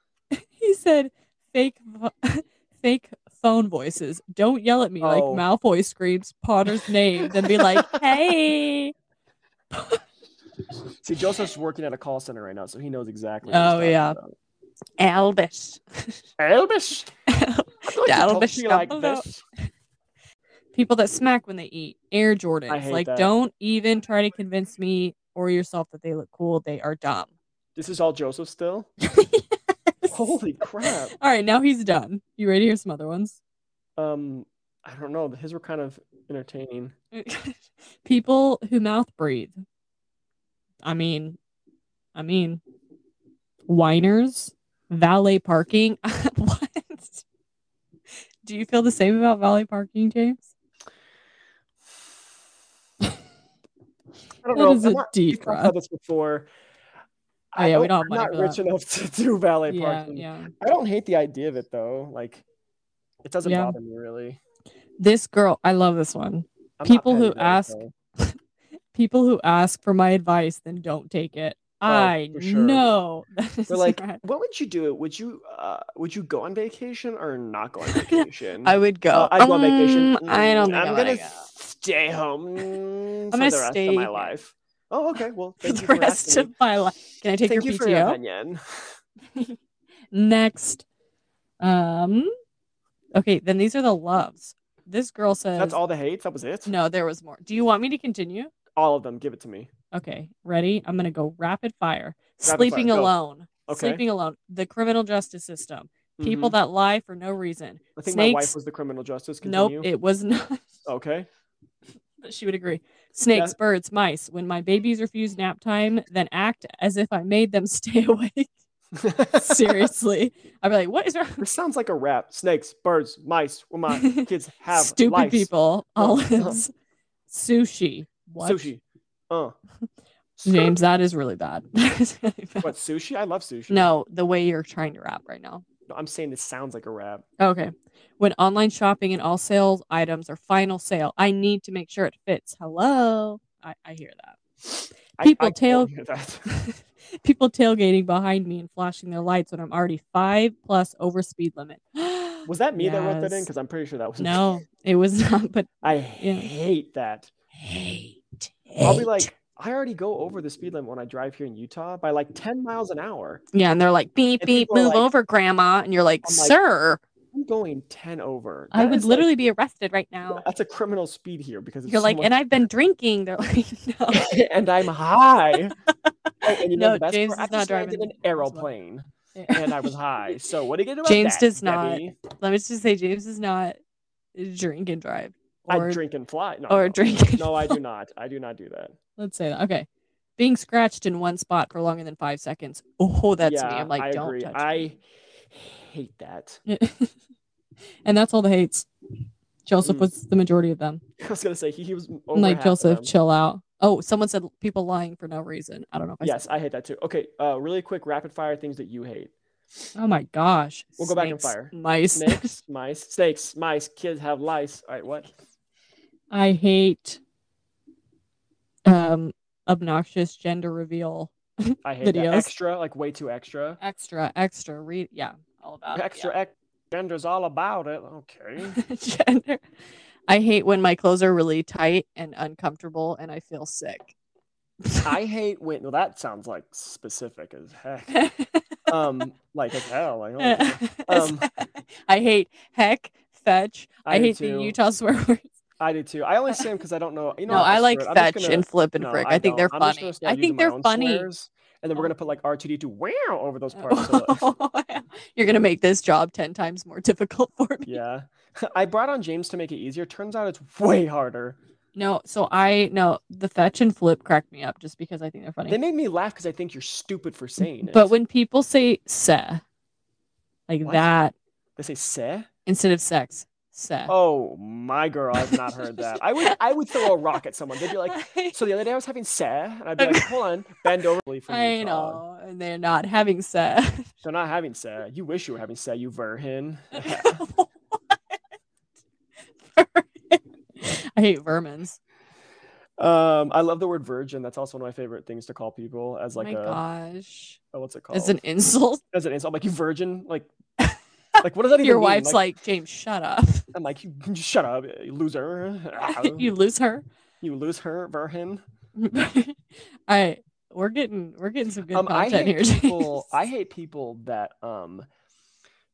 S2: He said, "Fake, vo- fake phone voices. Don't yell at me like
S1: Oh.
S2: Malfoy screams Potter's name, then be like, hey."
S1: See, Joseph's working at a call center right now, so he knows exactly.
S2: Oh, yeah. Albus.
S1: Elbish.
S2: Elvis Dumbledore. People that smack when they eat. Air Jordans.
S1: hate
S2: like,
S1: that.
S2: don't even try to convince me or yourself that they look cool. They are dumb.
S1: This is all Joseph still. Holy crap.
S2: All right, now he's done. You ready to hear some other ones?
S1: Um, I don't know. His were kind of entertaining.
S2: People who mouth breathe. I mean, I mean, whiners, valet parking. what? Do you feel the same about valet parking, James?
S1: I don't
S2: That
S1: know.
S2: is
S1: I'm
S2: a
S1: not,
S2: deep
S1: we've talked
S2: breath.
S1: about this before.
S2: Oh, yeah,
S1: don't-
S2: we don't have money
S1: I'm
S2: for
S1: not rich
S2: that.
S1: enough to do valet
S2: yeah,
S1: parking.
S2: yeah.
S1: I don't hate the idea of it though. Like, it doesn't
S2: Yeah.
S1: bother me really.
S2: This girl, I love this one.
S1: I'm not
S2: People who
S1: petty, though,
S2: ask-
S1: so-
S2: People who ask for my advice then don't take it. I
S1: Oh, for sure.
S2: know. that is
S1: They're like,
S2: right.
S1: what would you do? Would you uh, would you go on vacation or not go on vacation?
S2: I would go.
S1: Uh, I'd go on vacation.
S2: "Mm, I
S1: Mm,
S2: don't
S1: I'm
S2: think I'm
S1: gonna
S2: gonna go.
S1: stay home mm, for
S2: gonna
S1: the rest
S2: stay
S1: of my
S2: here.
S1: life. Oh, okay. Well,
S2: for
S1: thank
S2: the
S1: you for
S2: rest
S1: asking
S2: of
S1: me.
S2: my life. Can I take
S1: thank
S2: your
S1: you for your
S2: PTO?
S1: opinion.
S2: Next. Um okay, then these are the loves. This girl says
S1: That's all the hates. That was it.
S2: No, there was more. Do you want me to continue?
S1: All of them. Give it to me.
S2: Okay, ready? I'm gonna go rapid fire.
S1: fire,
S2: Sleeping
S1: go.
S2: alone.
S1: Okay.
S2: Sleeping alone. The criminal justice system. People
S1: Mhm.
S2: that lie for no reason.
S1: I think my
S2: snakes.
S1: wife was the criminal justice. Continue.
S2: Nope, it was not.
S1: Okay.
S2: she would agree. Snakes,
S1: Yeah.
S2: birds, mice. When my babies refuse nap time, then act as if I made them stay awake. Seriously, I'd be like, "What is wrong?"
S1: This sounds like a rap. Snakes, birds, mice. Well, my kids have
S2: Stupid
S1: lice.
S2: people.
S1: Oh, oh.
S2: Olives, sushi. What?
S1: Sushi. Uh.
S2: James, that is really bad. That is really bad.
S1: What sushi? I love sushi.
S2: No, the way you're trying to rap right now.
S1: No, I'm saying this sounds like a rap.
S2: Okay. When online shopping and all sales items are final sale, I need to make sure it fits. Hello. I, I hear
S1: I-
S2: People
S1: I can't
S2: tail-
S1: hear that.
S2: that. People tailgating behind me and flashing their lights when I'm already five plus over speed limit.
S1: Was that me that wrote that in?
S2: Yes.
S1: Because I'm pretty sure that was me.
S2: no, it was not, but
S1: I hate that.
S2: hate.
S1: I'll be
S2: it.
S1: like, I already go over the speed limit when I drive here in Utah by like 10 miles an hour.
S2: yeah, and they're like, beep,
S1: And
S2: beep,
S1: people are
S2: move
S1: like-
S2: over, grandma. And you're like,
S1: I'm like,
S2: sir,
S1: I'm going 10 over.
S2: I
S1: That
S2: would
S1: is, like-
S2: literally be arrested right now.
S1: that's a criminal speed here because it's
S2: You're like,
S1: someone-
S2: and I've been drinking. They're like, no.
S1: and I'm high. Oh, and you know
S2: No,
S1: the best
S2: James
S1: part? I
S2: is not
S1: just landed
S2: driving
S1: an aeroplane and I was high. So what do you get about
S2: James
S1: that,
S2: does not
S1: Debbie?
S2: Let me just say, James does not eh, drink and drive, or
S1: I drink and fly. No,
S2: or
S1: no.
S2: drink. and-
S1: No, I do not. I do not do that.
S2: Let's say that. Okay, being scratched in one spot for longer than five seconds. Oh, that's me.
S1: Yeah,
S2: I'm like,
S1: I
S2: don't
S1: agree.
S2: touch.
S1: I hate that.
S2: me." and that's all the hates. Joseph
S1: Mm.
S2: was the majority of them.
S1: I was gonna say he, he was
S2: I'm
S1: over
S2: like
S1: half of
S2: Joseph,
S1: them.
S2: chill out. Oh, someone said people lying for no reason. I don't know if I
S1: Yes, I hate that too. Okay, uh, really quick, rapid fire things that you hate:
S2: said. Oh my gosh.
S1: We'll go back and
S2: Snakes,
S1: fire.
S2: Mice.
S1: snakes, mice, snakes, mice. Kids have lice. All right, what?
S2: I hate um obnoxious gender reveal.
S1: I hate
S2: Videos.
S1: that. extra, like way too extra.
S2: Extra, extra, read yeah, all about it, yeah.
S1: Extra, ex- gender's all about it. Okay.
S2: gender. I hate when my clothes are really tight and uncomfortable and I feel sick.
S1: I hate when. Well, that sounds like specific as heck. Um, like as hell. Like, oh, Um,
S2: I hate heck, fetch. I,
S1: I do
S2: hate
S1: too.
S2: the Utah swear words.
S1: I do too. I only say them because I don't know. You know,
S2: no,
S1: what,
S2: I like
S1: screw it. I'm just
S2: fetch
S1: gonna-
S2: and flip and
S1: no,
S2: frick.
S1: I
S2: I, think they're
S1: don't. I'm just
S2: funny.
S1: gonna start
S2: I
S1: using
S2: think
S1: my
S2: they're
S1: own
S2: funny.
S1: swears, and then we're
S2: Oh.
S1: gonna put like R2D2 wow over those parts. so that-
S2: You're gonna make this job ten times more difficult for me.
S1: Yeah. I brought on James to make it easier. Turns out it's way harder.
S2: No, so I no the fetch and flip cracked me up just because I think they're funny.
S1: They made me laugh because I think you're stupid for saying it.
S2: But when people say "se," like
S1: What?
S2: that
S1: they say "se,"
S2: instead of sex, "se."
S1: oh my girl, I've not heard that. I would, I would throw a rock at someone. They'd be like, "So the other day I was having se," and I'd be like, "Hold on, bend over." From
S2: I
S1: Utah.
S2: know, and they're not having sex.
S1: They're not having se. You wish you were having se. You verhin.
S2: I hate vermins.
S1: um, I love the word virgin. That's also one of my favorite things to call people as like
S2: oh my
S1: a
S2: gosh,
S1: oh, what's it called?
S2: it's an insult.
S1: as an insult. I'm like you virgin. Like, like what does that even
S2: Your
S1: mean?
S2: wife's like, James, shut up.
S1: I'm like, you you shut up, you loser.
S2: you lose her.
S1: You lose her, Verhin.
S2: I we're getting we're getting some good
S1: Um, I
S2: content
S1: hate
S2: here.
S1: people.
S2: James.
S1: I hate people that um,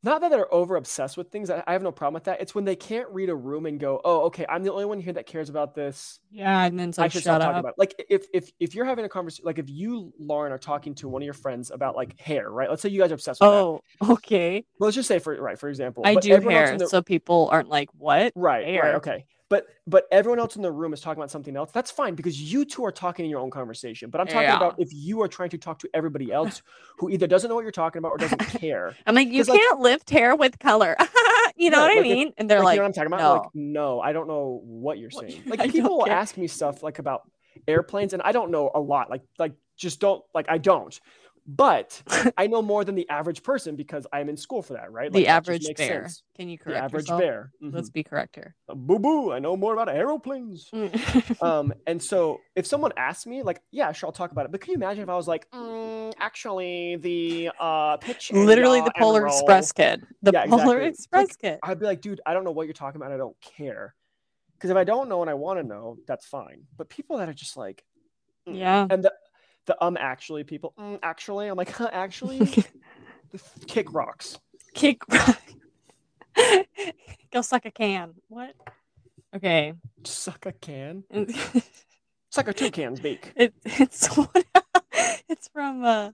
S1: not that they're over obsessed with things. I, I have no problem with that. It's when they can't read a room and go, "Oh, okay, I'm the only one here that cares about this.
S2: yeah, and then it's
S1: I
S2: like,
S1: should
S2: shut
S1: stop talking
S2: up.
S1: about." It. Like if if if you're having a conversation, like if you Lauren are talking to one of your friends about like hair, right? Let's say you guys are obsessed with that.
S2: Oh, okay.
S1: Let's just say for right for example,
S2: I
S1: but
S2: do
S1: everyone else
S2: hair,
S1: in the-
S2: so people aren't like, what?
S1: Right, right,
S2: hair.
S1: okay. But but everyone else in the room is talking about something else. That's fine because you two are talking in your own conversation. But I'm talking
S2: Yeah.
S1: about if you are trying to talk to everybody else who either doesn't know what you're talking about or doesn't care.
S2: I'm like, you
S1: 'Cause, like-
S2: can't lift hair with color. you know
S1: No,
S2: what I
S1: like, if-
S2: mean? and they're like,
S1: you know what I'm talking about? Like, no, I don't know what you're
S2: What-
S1: saying.
S2: I
S1: Like
S2: don't
S1: people will
S2: care.
S1: ask me stuff like about airplanes, and I don't know a lot. Like like just don't like I don't. But I know more than the average person because I'm in school for that, right? Like,
S2: the
S1: that just
S2: average
S1: makes
S2: bear.
S1: sense.
S2: Can you
S1: The
S2: correct
S1: average
S2: yourself?
S1: bear. Mm-hmm.
S2: Let's be correct here. Mm.
S1: Boo boo! I know more about aeroplanes. um and so if someone asks me like yeah sure i'll talk about it but can you imagine if i was like mm, actually the uh pitch and
S2: Literally
S1: yaw
S2: the
S1: and
S2: Polar
S1: roll,"
S2: Express kid. The
S1: Yeah,
S2: Polar
S1: exactly.
S2: Express
S1: Like,
S2: kid.
S1: i'd be like dude i don't know what you're talking about i don't care because if i don't know and i want to know that's fine but people that are just like mm,
S2: Yeah.
S1: and the the um actually people mm, actually i'm like huh, actually The f- kick rocks
S2: Kick rock. Go suck a can. What? Okay.
S1: suck a can
S2: it's
S1: suck a two cans beak
S2: it's it's from uh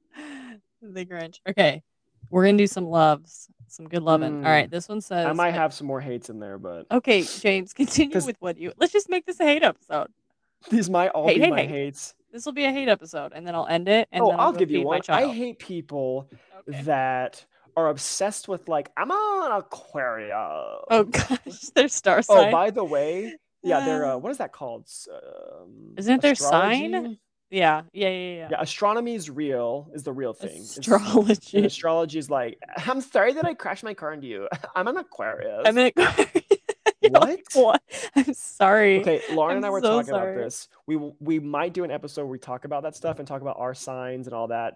S2: the Grinch. Okay. We're gonna do some loves. Some good loving.
S1: Mm.
S2: All right, this one says.
S1: I might have some more hates in there, but
S2: Okay, James, continue
S1: 'Cause-
S2: with what you. Let's just make this a hate episode.
S1: these might all
S2: Hate,
S1: be
S2: hate,
S1: my
S2: hate.
S1: hates.
S2: This will be a hate episode, and then I'll end it. And
S1: oh,
S2: then I'll,
S1: I'll
S2: go
S1: give you
S2: feed my
S1: one. I
S2: child.
S1: hate people
S2: Okay.
S1: that are obsessed with like I'm on Aquarius.
S2: Oh gosh, there's star
S1: Oh,
S2: sign.
S1: by the way, yeah, they're
S2: Uh,
S1: uh, what is that called? S- Um,
S2: Isn't it their sign?
S1: astrology?
S2: yeah, yeah, yeah, yeah.
S1: Yeah, astronomy is real. Is the real thing. It's-
S2: Astrology.
S1: and astrology is like I'm sorry that I crashed my car into you. I'm an Aquarius.
S2: I'm an Aquarius. You're like,
S1: What?
S2: "What? I'm sorry.
S1: Okay, Lauren
S2: I'm
S1: and I were
S2: so
S1: talking
S2: sorry.
S1: about this. We w- we might do an episode where we talk about that stuff and talk about our signs and all that.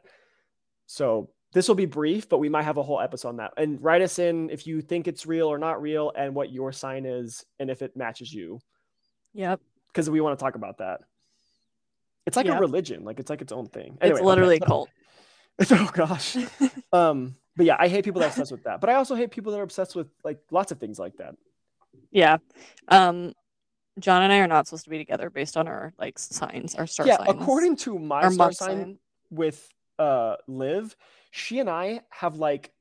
S1: So this will be brief, but we might have a whole episode on that. And write us in if you think it's real or not real, and what your sign is, and if it matches you,
S2: Yep.
S1: because we want to talk about that. It's like
S2: Yeah.
S1: a religion, like it's like its own thing.
S2: it's literally
S1: okay,
S2: a cult.
S1: so- oh gosh. Um, but yeah, I hate people that are obsessed with that. But I also hate people that are obsessed with like lots of things like that.
S2: Yeah. Um, John and I are not supposed to be together based on our like signs, our star
S1: yeah,
S2: signs.
S1: according to my
S2: our
S1: star
S2: month
S1: sign,
S2: sign.
S1: with uh Liv, she and I have like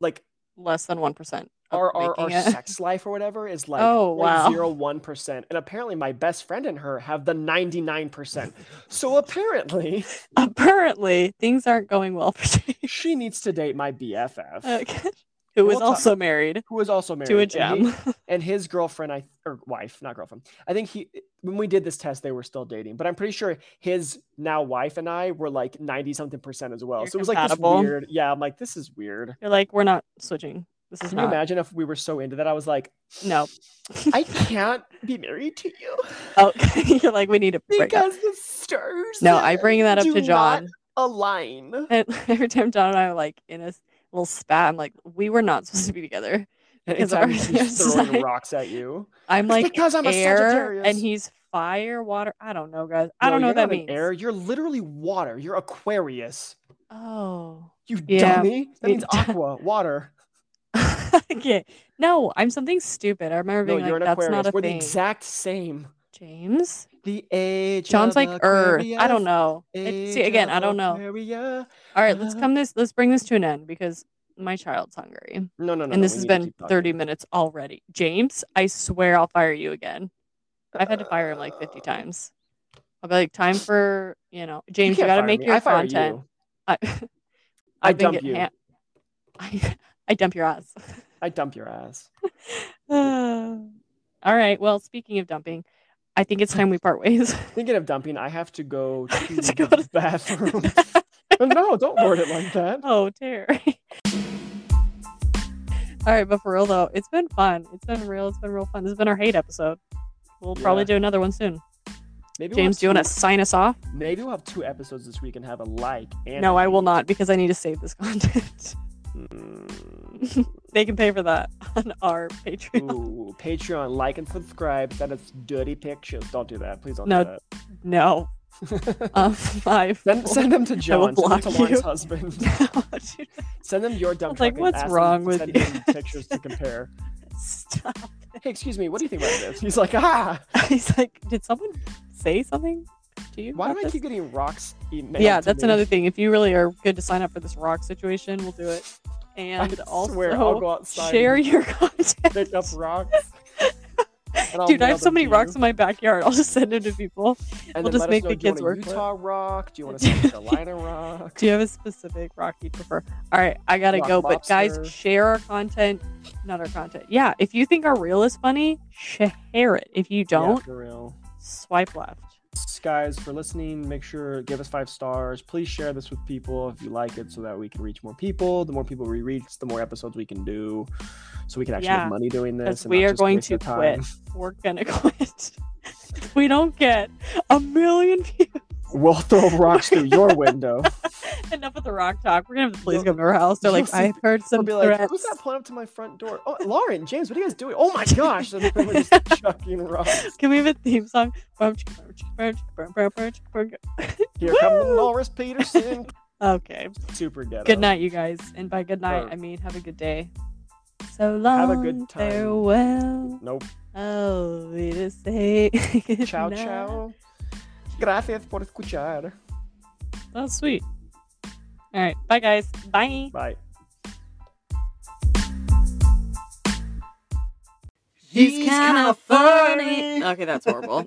S1: like
S2: Less than one percent.
S1: our our, our
S2: it.
S1: sex life or whatever is like
S2: Oh, wow.
S1: 0.01%. And apparently my best friend and her have the 99%. So apparently
S2: Apparently, things aren't going well for James.
S1: she needs to date my BFF
S2: Okay. Who
S1: We'll
S2: is
S1: talk-
S2: also married
S1: who is also married
S2: to a
S1: and he-
S2: gem.
S1: and his girlfriend I or wife, not girlfriend. I think he when we did this test they were still dating, but I'm pretty sure his now wife and I were like 90 something percent as well.
S2: You're
S1: so it was like this
S2: compatible.
S1: weird. Yeah, I'm like this is weird.
S2: You're like, we're not switching. This is
S1: Can you
S2: not.
S1: imagine if we were so into that? I was like,
S2: No.
S1: I can't be married to you
S2: Oh, you're like, we need to break up.
S1: because the stars.
S2: No, I bring that up
S1: do
S2: to
S1: not-
S2: John.
S1: align.
S2: And every time John and I are like in a s- little spat, I'm like, we were not supposed to be together.
S1: And
S2: Because
S1: anytime
S2: our-
S1: he's
S2: it's
S1: throwing
S2: like-
S1: rocks at you,
S2: I'm
S1: It's
S2: like
S1: because I'm a
S2: air,
S1: Sagittarius.
S2: and he's fire, water. I don't know, guys. I
S1: No,
S2: don't know
S1: you're
S2: what that
S1: not an
S2: means.
S1: Air, you're literally water. You're Aquarius.
S2: Oh,
S1: You
S2: Yeah.
S1: dummy. That
S2: You
S1: means
S2: dumb-
S1: aqua, water.
S2: okay. No, I'm something stupid. I remember
S1: No,
S2: being
S1: you're
S2: like,
S1: an
S2: that's not
S1: Aquarius.
S2: a
S1: We're the
S2: thing.
S1: exact same.
S2: James,
S1: The age.
S2: John's
S1: of
S2: like Earth. I don't
S1: Aquarius,
S2: know. It, see
S1: age
S2: again,
S1: of
S2: I don't know.
S1: Aquaria.
S2: All right, let's
S1: Uh,
S2: come this. Let's bring this to an end because my child's hungry,
S1: No, no, no.
S2: and
S1: no,
S2: this
S1: we
S2: has
S1: need to
S2: been
S1: keep talking.
S2: 30 minutes already. James, I swear I'll fire you again. I've had to fire him like 50
S1: Uh,
S2: times. I'll be like, time for you know,
S1: You
S2: James, you,
S1: can't
S2: got to
S1: fire
S2: make
S1: me.
S2: your
S1: I fire
S2: content.
S1: you.
S2: I,
S1: I
S2: I've been
S1: dump
S2: getting
S1: you.
S2: ha- I, I dump your ass.
S1: I dump your ass.
S2: Uh, all right. Well, speaking of dumping, I think it's time we part ways.
S1: Thinking of dumping, I have to go to,
S2: To
S1: the
S2: go to-
S1: bathroom. But no, don't word it like that.
S2: oh, Terry. all right, but for real though, it's been fun. It's been real. It's been real fun. This has been our hate episode. We'll probably
S1: Yeah.
S2: do another one soon.
S1: Maybe
S2: James, do you
S1: we'll
S2: want
S1: have
S2: to sign us off?
S1: two- Maybe we'll have two episodes this week and have a like and
S2: No,
S1: a
S2: I will
S1: hate.
S2: not because I need to save this content.
S1: Mm.
S2: they can pay for that on our Patreon.
S1: Ooh, Patreon, like and subscribe. Send us dirty pictures. Don't do that. Please don't
S2: No. No.
S1: do that.
S2: Um, five.
S1: send,
S2: four-
S1: send them to
S2: I will
S1: John. Send them to
S2: block
S1: Lauren's
S2: you.
S1: husband.
S2: No, dude,
S1: Send them your
S2: I
S1: dump
S2: was like,
S1: truck and
S2: "What's
S1: ask them
S2: wrong
S1: to
S2: with
S1: send
S2: you?"
S1: him pictures to compare.
S2: Stop.
S1: Hey, excuse me, what do you think about this? He's like, ah,
S2: He's like, did someone say something to you?
S1: why
S2: about
S1: do I
S2: this?
S1: keep getting rocks emailed?
S2: Yeah,
S1: to
S2: that's
S1: me?
S2: another thing. If you really are good to sign up for this rock situation, we'll do it. And
S1: I
S2: also,
S1: swear, I'll go outside.
S2: share
S1: and
S2: your content.
S1: pick up rocks. and I'll
S2: Dude, I
S1: mail
S2: have so
S1: them
S2: many
S1: to
S2: rocks
S1: you.
S2: in my backyard. I'll just send them to people.
S1: And
S2: We'll
S1: then
S2: just
S1: let us
S2: make
S1: know,
S2: the
S1: do you want
S2: kids
S1: a
S2: work for it.
S1: Utah rock. Do you want a South Carolina rock?
S2: Do you have a specific rock you prefer? All right, I gotta
S1: Rock
S2: go. But guys,
S1: lobster.
S2: share our content, not our content. Yeah, if you think our reel is funny, share it. If you
S1: Yeah,
S2: don't,
S1: for real.
S2: swipe left.
S1: Thanks, guys, for listening. Make sure give us five stars. Please share this with people if you like it, so that we can reach more people. The more people we reach, the more episodes we can do, so we can actually
S2: Yeah,
S1: make money doing this.
S2: Because
S1: and
S2: we
S1: not
S2: are
S1: just
S2: going
S1: waste
S2: to
S1: our time.
S2: quit. We're gonna quit. If we don't get a million views.
S1: We'll throw rocks through your window.
S2: Enough with the rock talk. We're gonna have the police
S1: You'll-
S2: come to our house. They're
S1: you'll
S2: like,
S1: see
S2: I've heard
S1: They'll
S2: some
S1: be like,
S2: threats.
S1: "Who's that pulling up to my front door?" Oh, Lauren, James, what are you guys doing? Oh my gosh! And we're just chucking rocks.
S2: Can we have a theme song? Okay.
S1: Here comes
S2: Woo!
S1: Norris Peterson. Super ghetto.
S2: Good night, you guys. And by good night,
S1: Or-
S2: I mean have a good day. So long.
S1: Have a good time.
S2: Farewell.
S1: Nope.
S2: Oh, we just say good
S1: Ciao,
S2: night.
S1: ciao. Gracias por escuchar.
S2: That's sweet. All right. Bye, guys. Bye.
S1: Bye.
S2: He's kind of funny. Okay, that's horrible.